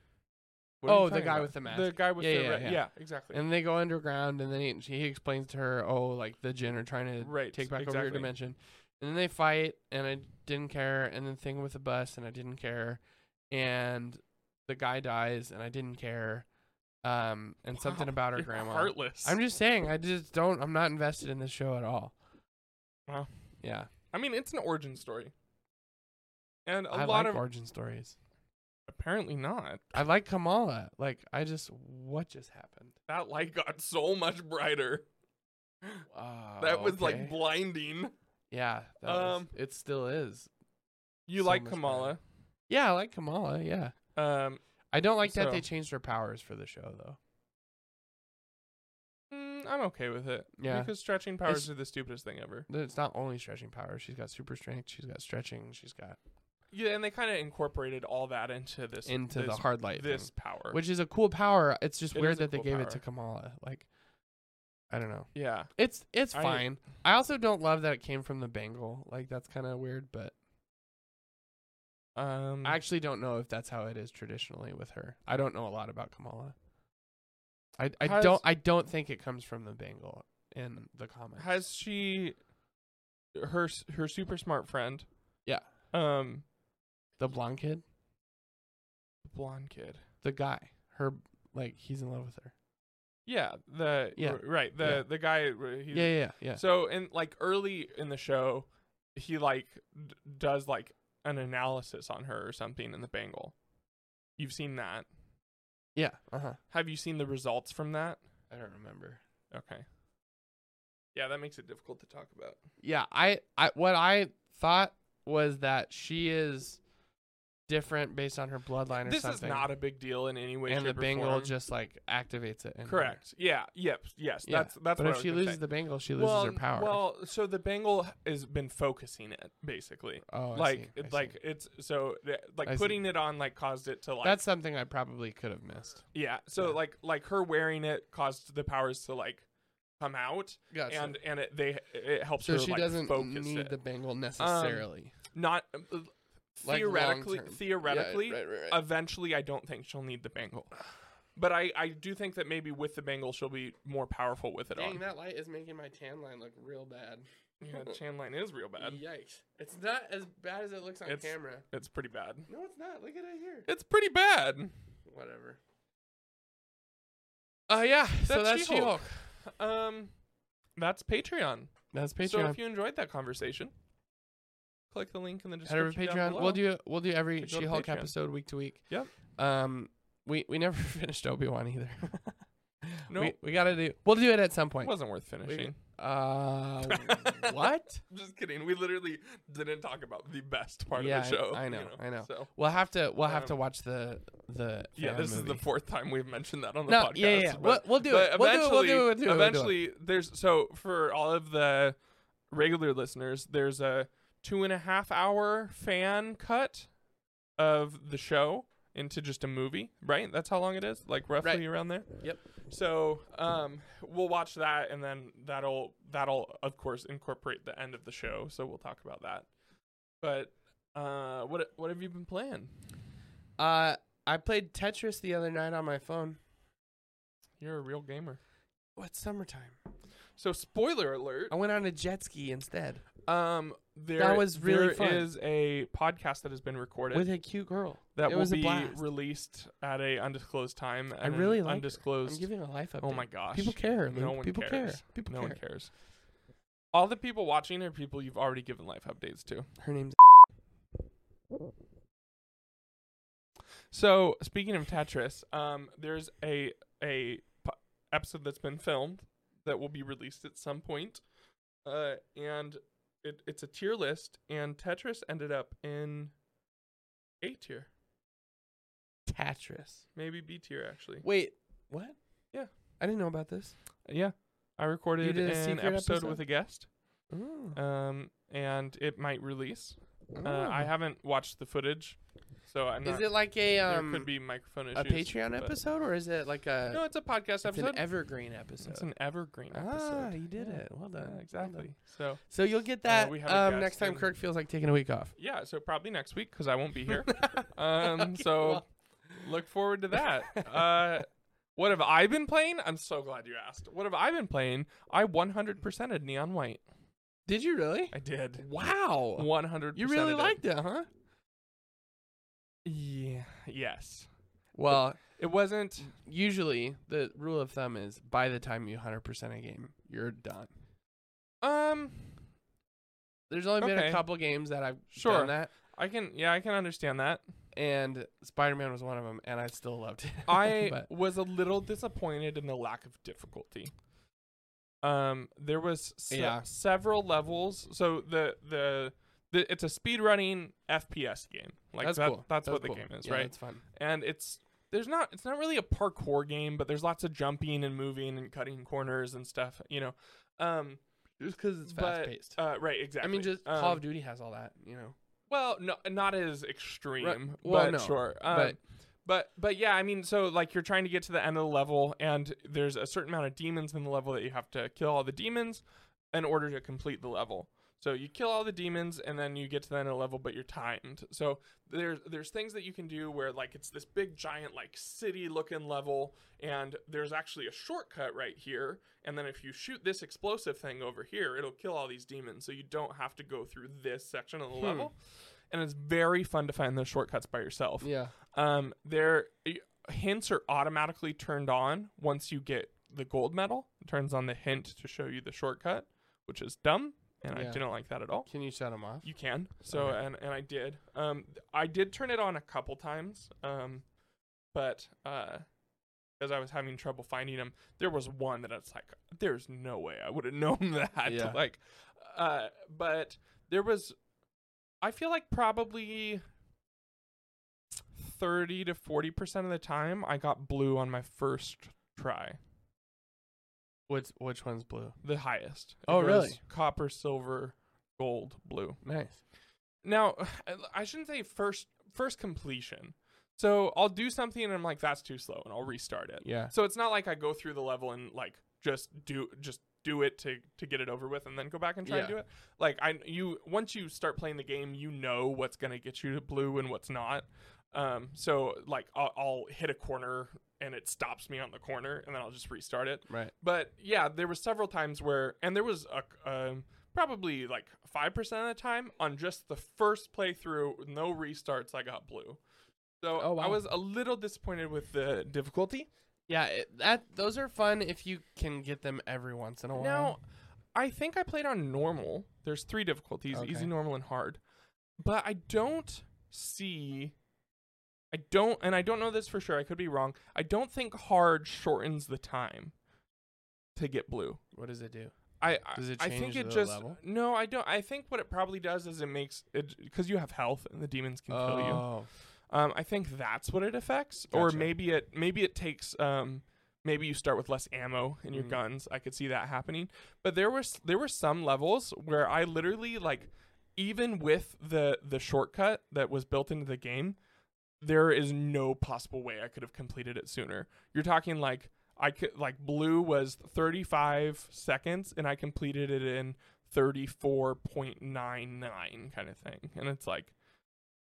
What are you
Oh, the
talking
guy
about?
with the
The
mask.
guy with
Yeah,
the
yeah,
red.
yeah.
yeah, exactly.
And they go underground, and then he, she, he explains to her, "Oh, like the Jin are trying to
right.
take back
exactly.
over your dimension." And then they fight, and I didn't care. And then thing with the bus, and I didn't care. And the guy dies, and I didn't care. Um, and something
Wow,
about her
You're
grandma.
Heartless.
I'm just saying, I just don't. I'm not invested in this show at all.
Wow.
Yeah,
I mean, it's an origin story, and a
I
lot
like
of
origin stories.
apparently not.
I like Kamala. Like, I just what just happened?
That light got so much brighter.
Wow.
that was
okay.
like blinding.
yeah. That was-
um,
it still is.
You
So
like
much
Kamala.
Yeah, I like Kamala. Yeah,
Um,
I don't like that they
So-
changed her powers for the show though.
mm, I'm okay with it.
Yeah.
Because stretching powers
It's-
are the stupidest thing ever.
That It's not only stretching powers. She's got super strength. She's got stretching. She's got
Yeah, and they kind of incorporated all that into this
into the
this-
hard light thing,
this power.
which is a cool power. It's just
It
weird
is a
that they
cool
gave it
power.
to Kamala. Like, I don't know.
yeah,
It's it's
I-
fine. I also don't love that it came from the bangle. Like that's kind of weird, but
um,
I actually don't know if that's how it is traditionally with her. I don't know a lot about Kamala. I I
Has-
don't I don't think it comes from the bangle in the comics.
has she her s- her super smart friend?
Yeah.
Um,
the blonde kid,
blonde kid.
the guy, her like he's in love with her.
Yeah, the
Yeah.
r- right the
Yeah.
the guy. uh, He's,
Yeah, yeah, yeah, yeah.
So in like early in the show, he like d- does like an analysis on her or something in the bangle, You've seen that.
Yeah. Uh huh.
Have you seen the results from that?
I don't remember.
Okay. Yeah, that makes it difficult to talk about.
Yeah, I, I what I thought was that she is different based on her bloodline or
this
something.
is not a big deal in any way.
and the
shape, or
Bengal
form.
just like activates it. in her.
correct. Yeah. Yep. Yes.
Yeah,
That's that's
But
what I
if
was
she
gonna
loses
say.
the Bengal, she loses
well,
her power.
Well, so the Bengal has been focusing it basically.
oh, I
like
see, I
it- like
see.
it's so th- like
I see.
putting it on like caused it to like
that's something I probably could have missed.
yeah so
yeah.
like like her wearing it caused the powers to like come out
Gotcha.
and and it they it helps
so
her
she
like
doesn't
focus
need
it.
the Bengal necessarily.
not uh,
Like,
theoretically
long-term.
theoretically
yeah, right, right, right.
eventually I don't think she'll need the bangle. But I, I do think that maybe with the bangle she'll be more powerful with it
Dang,
on.
that light is making my tan line look real bad.
Yeah, Chan line is real bad.
Yikes! It's not as bad as it looks on
It's-
camera.
It's pretty bad.
No, it's not. Look at it here.
It's pretty bad.
Whatever. Uh yeah. so
That's
that's She-Hulk.
She-Hulk. Um that's Patreon.
That's Patreon.
So if you enjoyed that conversation, click the link in the
head over
description.
to
down
Patreon.
below.
We'll do we'll do every
To go to
She-Hulk
Patreon.
episode week to week.
Yep.
Um, we we never finished Obi Wan either.
Nope.
We, we gotta do. We'll do it at some point.
wasn't worth finishing.
Uh, what?
Just kidding. We literally didn't talk about the best part
Yeah,
of
I-
the show.
I
you
know, I know.
So
We'll have to we'll have
Um,
to watch the the
yeah,
fan
this is the
movie.
fourth time we've mentioned that on the
no
podcast.
yeah yeah, yeah.
but-
We'll, we'll do
But
it we'll do it we'll do it we'll do it, we'll do it.
eventually there's so for all of the regular listeners, there's a two and a half hour fan cut of the show into just a movie, right? That's how long it is, like roughly
Right.
around there.
Yep.
So um, we'll watch that, and then that'll that'll of course incorporate the end of the show. So we'll talk about that. But uh, what what have you been playing?
Uh, I played Tetris the other night on my phone.
You're a real gamer.
What's summertime?
So spoiler alert.
I went on a jet ski instead
Um, there
That was really
there
fun.
is a podcast that has been recorded
with a cute girl.
that
it
will
was a
be
blast.
released at a undisclosed time. And an
really like her. I'm I'm
undisclosed.
giving a life update.
oh my gosh!
People care.
No
Luke.
one
people care.
cares.
People
no
care.
one cares. All the people watching are people you've already given life updates to.
Her name's
So speaking of Tetris, um, there's a a po- episode that's been filmed that will be released at some point, uh, and it, it's a tier list, and Tetris ended up in A tier,
Tetris.
maybe B tier actually.
Wait, what?
Yeah.
I didn't know about this.
Yeah, I recorded
did a
an
secret
episode,
episode?
with a guest,
Oh.
um, and it might release. Uh,
Oh.
I haven't watched the footage, so I'm
Is
not.
it like a
there
um
could be microphone issues.
a Patreon
but-
episode or is it like a
No, it's a podcast
it's
episode.
an evergreen episode?
It's an evergreen episode.
Ah, you did
Yeah.
it. Well
Yeah,
done. Well
exactly.
done.
So
So you'll get that
we have a
um,
guest
next time
and-
Kirk feels like taking a week off.
yeah, so probably next week because I won't be here. um,
Okay,
so
well.
look forward to that. Uh, what have I been playing? I'm so glad you asked. What have I been playing? I 100%ed Neon White.
Did you really?
I did.
Wow.
100.
You really liked it, huh?
Yeah. Yes.
Well,
It wasn't.
usually the rule of thumb is by the time you 100% a game, you're done.
Um.
There's only been
Okay.
a couple games that I've
Sure.
done that,
I can. Yeah, I can understand that.
and Spider Man was one of them, and I still loved it.
I
but,
was a little disappointed in the lack of difficulty. Um, there was se-
Yeah.
several levels. So the the, the it's a speed running FPS game. Like
that's
that,
cool.
that's, what
cool.
the game is,
Yeah,
right?
It's fun.
And it's there's not it's not really a parkour game, but there's lots of jumping and moving and cutting corners and stuff. You know, um,
Just because it's
but,
fast paced.
uh, right? Exactly.
I mean, just
um,
Call of Duty has all that, you know.
Well, no, not as extreme.
well,
but
no,
sure. Um,
but-
but but yeah, I mean, so like you're trying to get to the end of the level, and there's a certain amount of demons in the level that you have to kill all the demons in order to complete the level. So you kill all the demons, and then you get to the end of the level, but you're timed. So there's there's things that you can do where like it's this big giant like city looking level, and there's actually a shortcut right here, and then if you shoot this explosive thing over here, it'll kill all these demons, so you don't have to go through this section of the
Hmm.
level. And it's very fun to find those shortcuts by yourself.
Yeah.
Um, their hints are automatically turned on once you get the gold medal. It turns on the hint to show you the shortcut, which is dumb, and I
Yeah.
didn't like that at all.
Can you shut them off?
You can. So
Okay.
and and I did. Um, I did turn it on a couple times. Um, but uh, as I was having trouble finding them, there was one that I was like, "There's no way I would have known that."
Yeah.
Like, uh, but there was, I feel like probably thirty to forty percent of the time I got blue on my first try,
What's which one's blue?
the highest. It
Oh, really?
goes Copper, silver, gold, blue.
Nice.
Now, I shouldn't say first first completion. So I'll do something and I'm like, that's too slow, and I'll restart it.
Yeah.
So it's not like I go through the level and like just do just do it to to get it over with and then go back and try and
Yeah.
do it. Like I you once you start playing the game, you know what's gonna get you to blue and what's not. Um, so like I'll, I'll hit a corner and it stops me on the corner and then I'll just restart it.
Right.
But yeah, there was several times where, and there was a, um, probably like five percent of the time on just the first playthrough, no restarts, I got blue. So
Oh,
I
wow.
was a little disappointed with the difficulty.
Yeah, it, that those are fun if you can get them every once in a while.
Now, I think I played on normal. There's three difficulties:
Okay.
easy, normal, and hard. But I don't see. I don't, and I don't know this for sure. I could be wrong. I don't think hard shortens the time to get blue.
what does it do?
I I-
Does it
I think
change
it
the
just
level?
no. I don't. I think what it probably does is it makes it because you have health and the demons can kill
Oh.
you. Um, I think that's what it affects, or
Gotcha.
maybe it maybe it takes um maybe you start with less ammo in your
Mm.
guns. I could see that happening. But there was there were some levels where I literally like even with the the shortcut that was built into the game, there is no possible way I could have completed it sooner. You're talking like I could like blue was 35 seconds and I completed it in 34.99 kind of thing. And it's like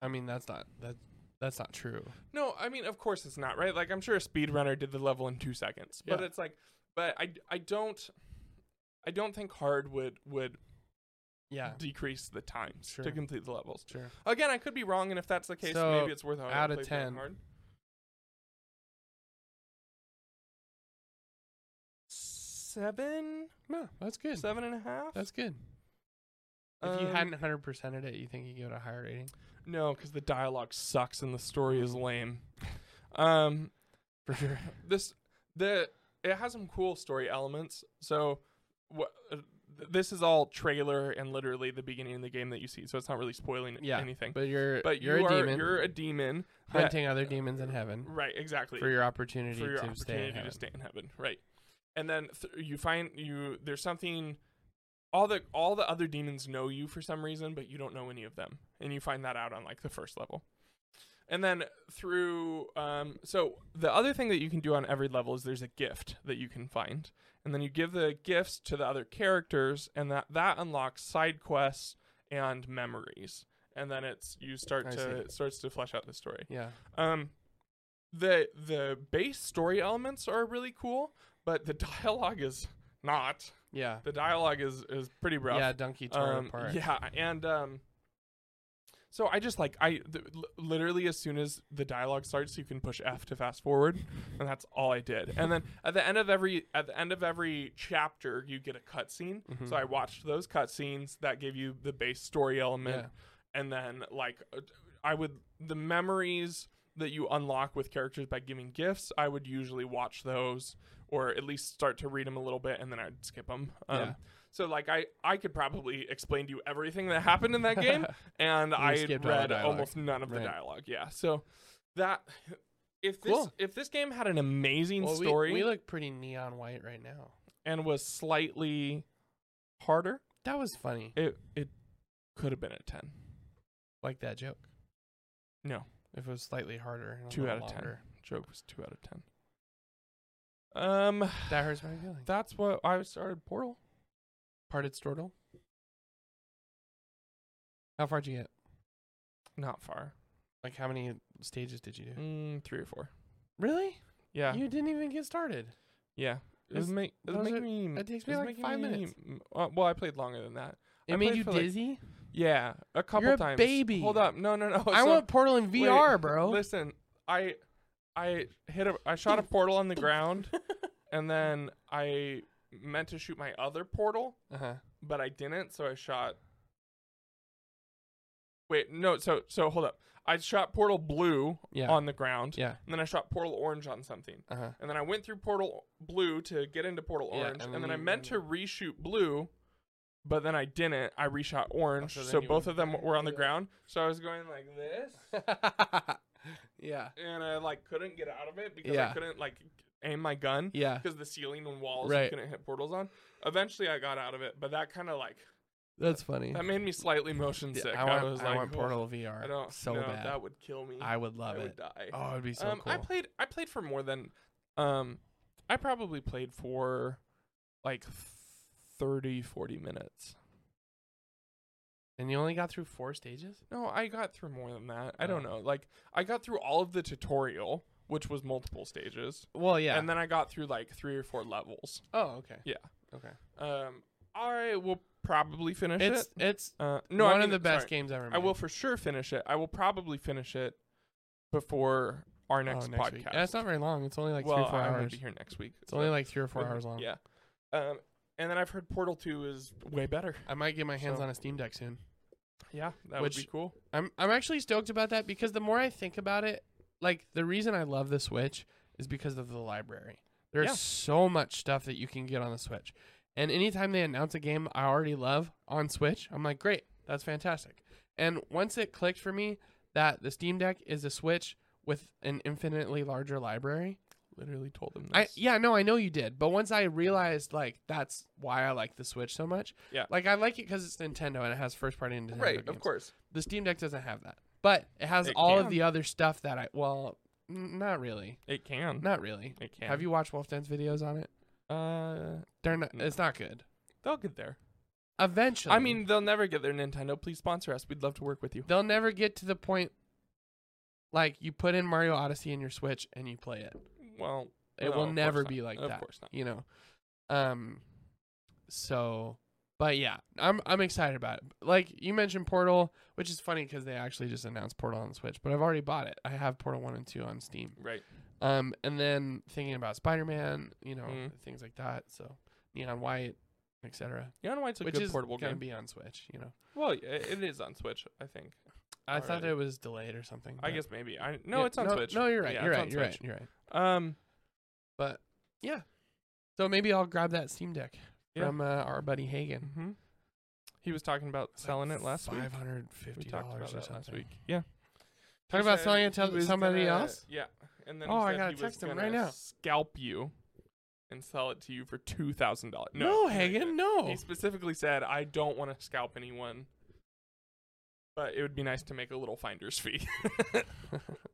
I mean, that's not that that's not true.
no, I mean, of course it's not, right? Like, I'm sure a speedrunner did the level in two seconds, but
Yeah.
it's like, but I, I don't, I don't think hard would would
Yeah.
decrease the times
Sure.
to complete the levels.
Sure.
Again, I could be wrong, and if that's the case,
So,
maybe it's worth a
out of
playthrough on
10.
Hard. Seven,
No, that's good.
seven and a half.
That's good. If you
Um,
hadn't hundred percented it, you think you get a higher rating?
no, because the dialogue sucks and the story is lame. Um,
For sure.
this the it has some cool story elements. So what uh, th- this is all trailer and literally the beginning of the game that you see. So it's not really spoiling
Yeah,
anything.
But you're
But
you're a
you are-
demon
You're a demon. that-
hunting other demons in heaven
Right. Exactly.
for your opportunity
for your
to
opportunity
stay in
to
heaven.
stay in heaven. Right. And then th- you find you there's something. All the all the other demons know you for some reason, but you don't know any of them, and you find that out on like the first level. And then through um, so the other thing that you can do on every level is there's a gift that you can find, and then you give the gifts to the other characters, and that that unlocks side quests and memories, and then it's you start
I
to
see.
it starts to flesh out the story.
Yeah.
Um, the the base story elements are really cool, but the dialogue is not.
Yeah.
The dialogue is is pretty rough.
Yeah. Donkey tore
um,
apart.
yeah, and um, so I just like I th- li- literally as soon as the dialogue starts, you can push F to fast forward, and that's all I did. And then at the end of every at the end of every chapter, you get a cutscene.
Mhm.
So I watched those cutscenes that give you the base story element
yeah.
and then like uh, I would the memories that you unlock with characters by giving gifts, I would usually watch those or at least start to read them a little bit and then I'd skip them. Um,
Yeah.
So like I I could probably explain to you everything that happened in that game and I
skipped all the
read
dialogue.
almost none of the
Right.
dialogue. Yeah. So that if this
Cool.
if this game had an amazing
Well, we-
story
we look pretty neon white right now.
and was slightly harder,
That was funny.
it it could have been a 10.
Like that joke.
No.
If it was slightly harder. And a
Two
little
out of 10.
longer.
joke was two out of ten. Um,
That hurts my feelings.
that's what I started Portal.
Parted Stortle. How far would you get?
Not far,
Like how many stages did you do?
mm, three or four.
Really?
Yeah,
You didn't even get started.
yeah. It was
It's-
make it was
those are-
making me.
It takes
it
me
was
like
making
five
me-
minutes.
m- Uh, well, I played longer than that.
It
I
made
played
you
for, like,
dizzy.
Yeah, a couple
You're a
times.
baby.
Hold up, no, no, no.
I
so-
want Portal in
wait,
VR, bro.
Listen, I, I hit a, I shot a portal on the ground, and then I meant to shoot
Uh-huh.
my other portal,
Uh huh.
but I didn't, so I shot. Wait, no. So so hold up. I shot Portal Blue
Yeah.
on the ground,
yeah.
and then I shot Portal Orange on something,
Uh huh.
and then I went through Portal Blue to get into Portal
Yeah,
Orange,
and
and,
then
then I
you-
meant to reshoot Blue, but then I didn't. I reshot Orange,
Oh, so then
so
you went
both of them
back,
were on the
yeah.
ground. So I was going like this,
yeah.
and I like couldn't get out of it because
Yeah.
I couldn't like aim my gun
Yeah.
because the ceiling and walls
Right.
you couldn't hit portals on. Eventually, I got out of it, but that kind of like
That's funny.
that made me slightly motion
Yeah,
sick.
I want,
was
I
like,
want
"Oh,
Portal VR
I don't
so
no,
bad.
That would kill me.
I would love
I would
it.
die.
Oh, it'd be so
um,
cool.
I played. I played for more than. Um, I probably played for like 30, 40 minutes.
and you only got through four stages?
No, I got through more than that. I don't
Oh.
know. Like I got through all of the tutorial, which was multiple stages,
Well, yeah.
and then I got through like three or four levels.
oh, okay.
Yeah.
Okay.
Um, I will probably finish
It's
it.
it's
Uh, no,
one
I mean,
of the best
sorry.
games ever made.
I will for sure finish it. I will probably finish it before our next,
oh, next Week.
podcast.
Yeah, it's not very long. It's only like
well,
three or four
I won't
hours.
be here next week.
It's only like three or four hours long.
Mm-hmm. Yeah. Um, and then I've heard Portal Two is way better.
I might get my hands
So-
on a Steam Deck soon.
Yeah, that would
Which-
be cool.
I'm I'm actually stoked about that because the more I think about it, like the reason I love the Switch is because of the library. There's
Yeah.
so much stuff that you can get on the Switch. And anytime they announce a game I already love on Switch, I'm like, great, that's fantastic. And once it clicked for me that the Steam Deck is a Switch with an infinitely larger library,
Literally told them
I
this.
yeah, no, I know you did. But once I realized like that's why I like the Switch so much.
Yeah.
Like I like it because it's Nintendo and it has first party Nintendo.
right,
games
of course.
the Steam Deck doesn't have that, but it has
It
all of
can.
the other stuff that I. Well, n- not really,
It can.
not really.
Mm-hmm. It can.
Have you watched Wolfden's videos on it?
Uh,
They're not.
No.
It's not good.
they'll get there.
Eventually,
I mean, they'll never get there. Nintendo, please sponsor us. We'd love to work with you.
they'll never get to the point. Like you put in Mario Odyssey in your Switch and you play it.
Well,
It
no, of
will
course
never
not.
be like
of
that.
course not.
You know. Um. So, but yeah, I'm I'm excited about it. Like you mentioned Portal, which is funny because they actually just announced Portal on the Switch, but I've already bought it. I have Portal One and Two on Steam.
Right.
Um, and then thinking about Spider Man, you know,
Mm.
things like that. So neon white, etc.
You know why it's a
Which
good
is
portable
gonna
game?
be on Switch. You know,
Well, yeah, it is on Switch, I think.
I thought
Alrighty.
it was delayed or something.
I
but-
guess maybe. I no,
Yeah,
it's on Switch.
No, you're right.
Yeah,
you're
it's
right.
on
You're right.
Switch.
You're right.
Um,
But yeah, so maybe I'll grab that Steam Deck
Yeah.
from uh, our buddy Hagen.
mhm. he was talking about selling it last week.
Five hundred
We
fifty
talked about
dollars or
that last
something.
week. Yeah.
Talk
He
about
said
selling it
he
to
was
somebody
gonna-
else.
Yeah, and then
Oh,
he
I
said
gotta
he was
text him
gonna
right now.
Scalp you, and sell it to you for two thousand dollars. No,
no,
he didn't.
Hagen, no.
He specifically said, "I don't want to scalp anyone, but it would be nice to make a little finder's fee."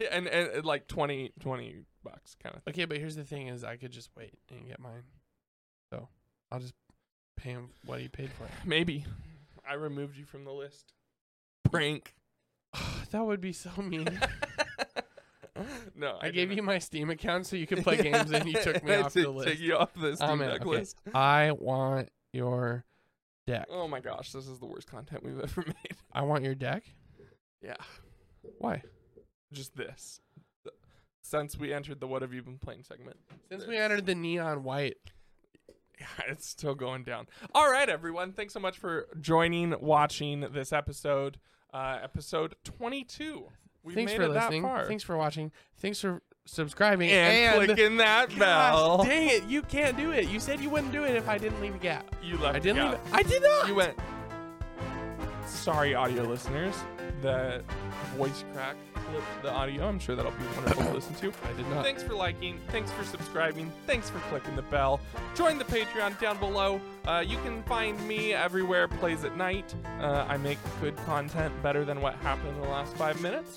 Yeah, and, and and, like 20, 20 bucks kind of. thing.
Okay, but here's the thing: is I could just wait and get mine. So I'll just pay him what he paid for it.
Maybe I removed you from the list. Prank.
that would be so mean.
no,
I, gave you
didn't.
my Steam account so you could play games and you took me
I
off the
did Take
list.
you off the Steam
I'm in.
Deck
Okay.
list.
I want your deck.
Oh my gosh, this is the worst content we've ever made.
I want your deck.
Yeah,
Why?
just this. Th- Since we entered the "What have you been playing?" segment,
Since we entered the neon white.
Yeah, it's still going down. All right, everyone. Thanks so much for joining, watching this episode. Uh, episode 22. We
Thanks
made
for
it
listening.
that far.
Thanks for watching. Thanks for subscribing
and, clicking that
Gosh,
bell.
dang it! You can't do it. You said you wouldn't do it if I didn't leave a gap.
You left.
I didn't
it
leave.
out.
I did not.
You went. Sorry, audio listeners. The voice crack clipped the audio. I'm sure that'll be wonderful to listen to.
I did not.
Thanks for liking. Thanks for subscribing. Thanks for clicking the bell. Join the Patreon down below. Uh, you can find me everywhere. Plays at night. Uh, I make good content better than what happened in the last five minutes.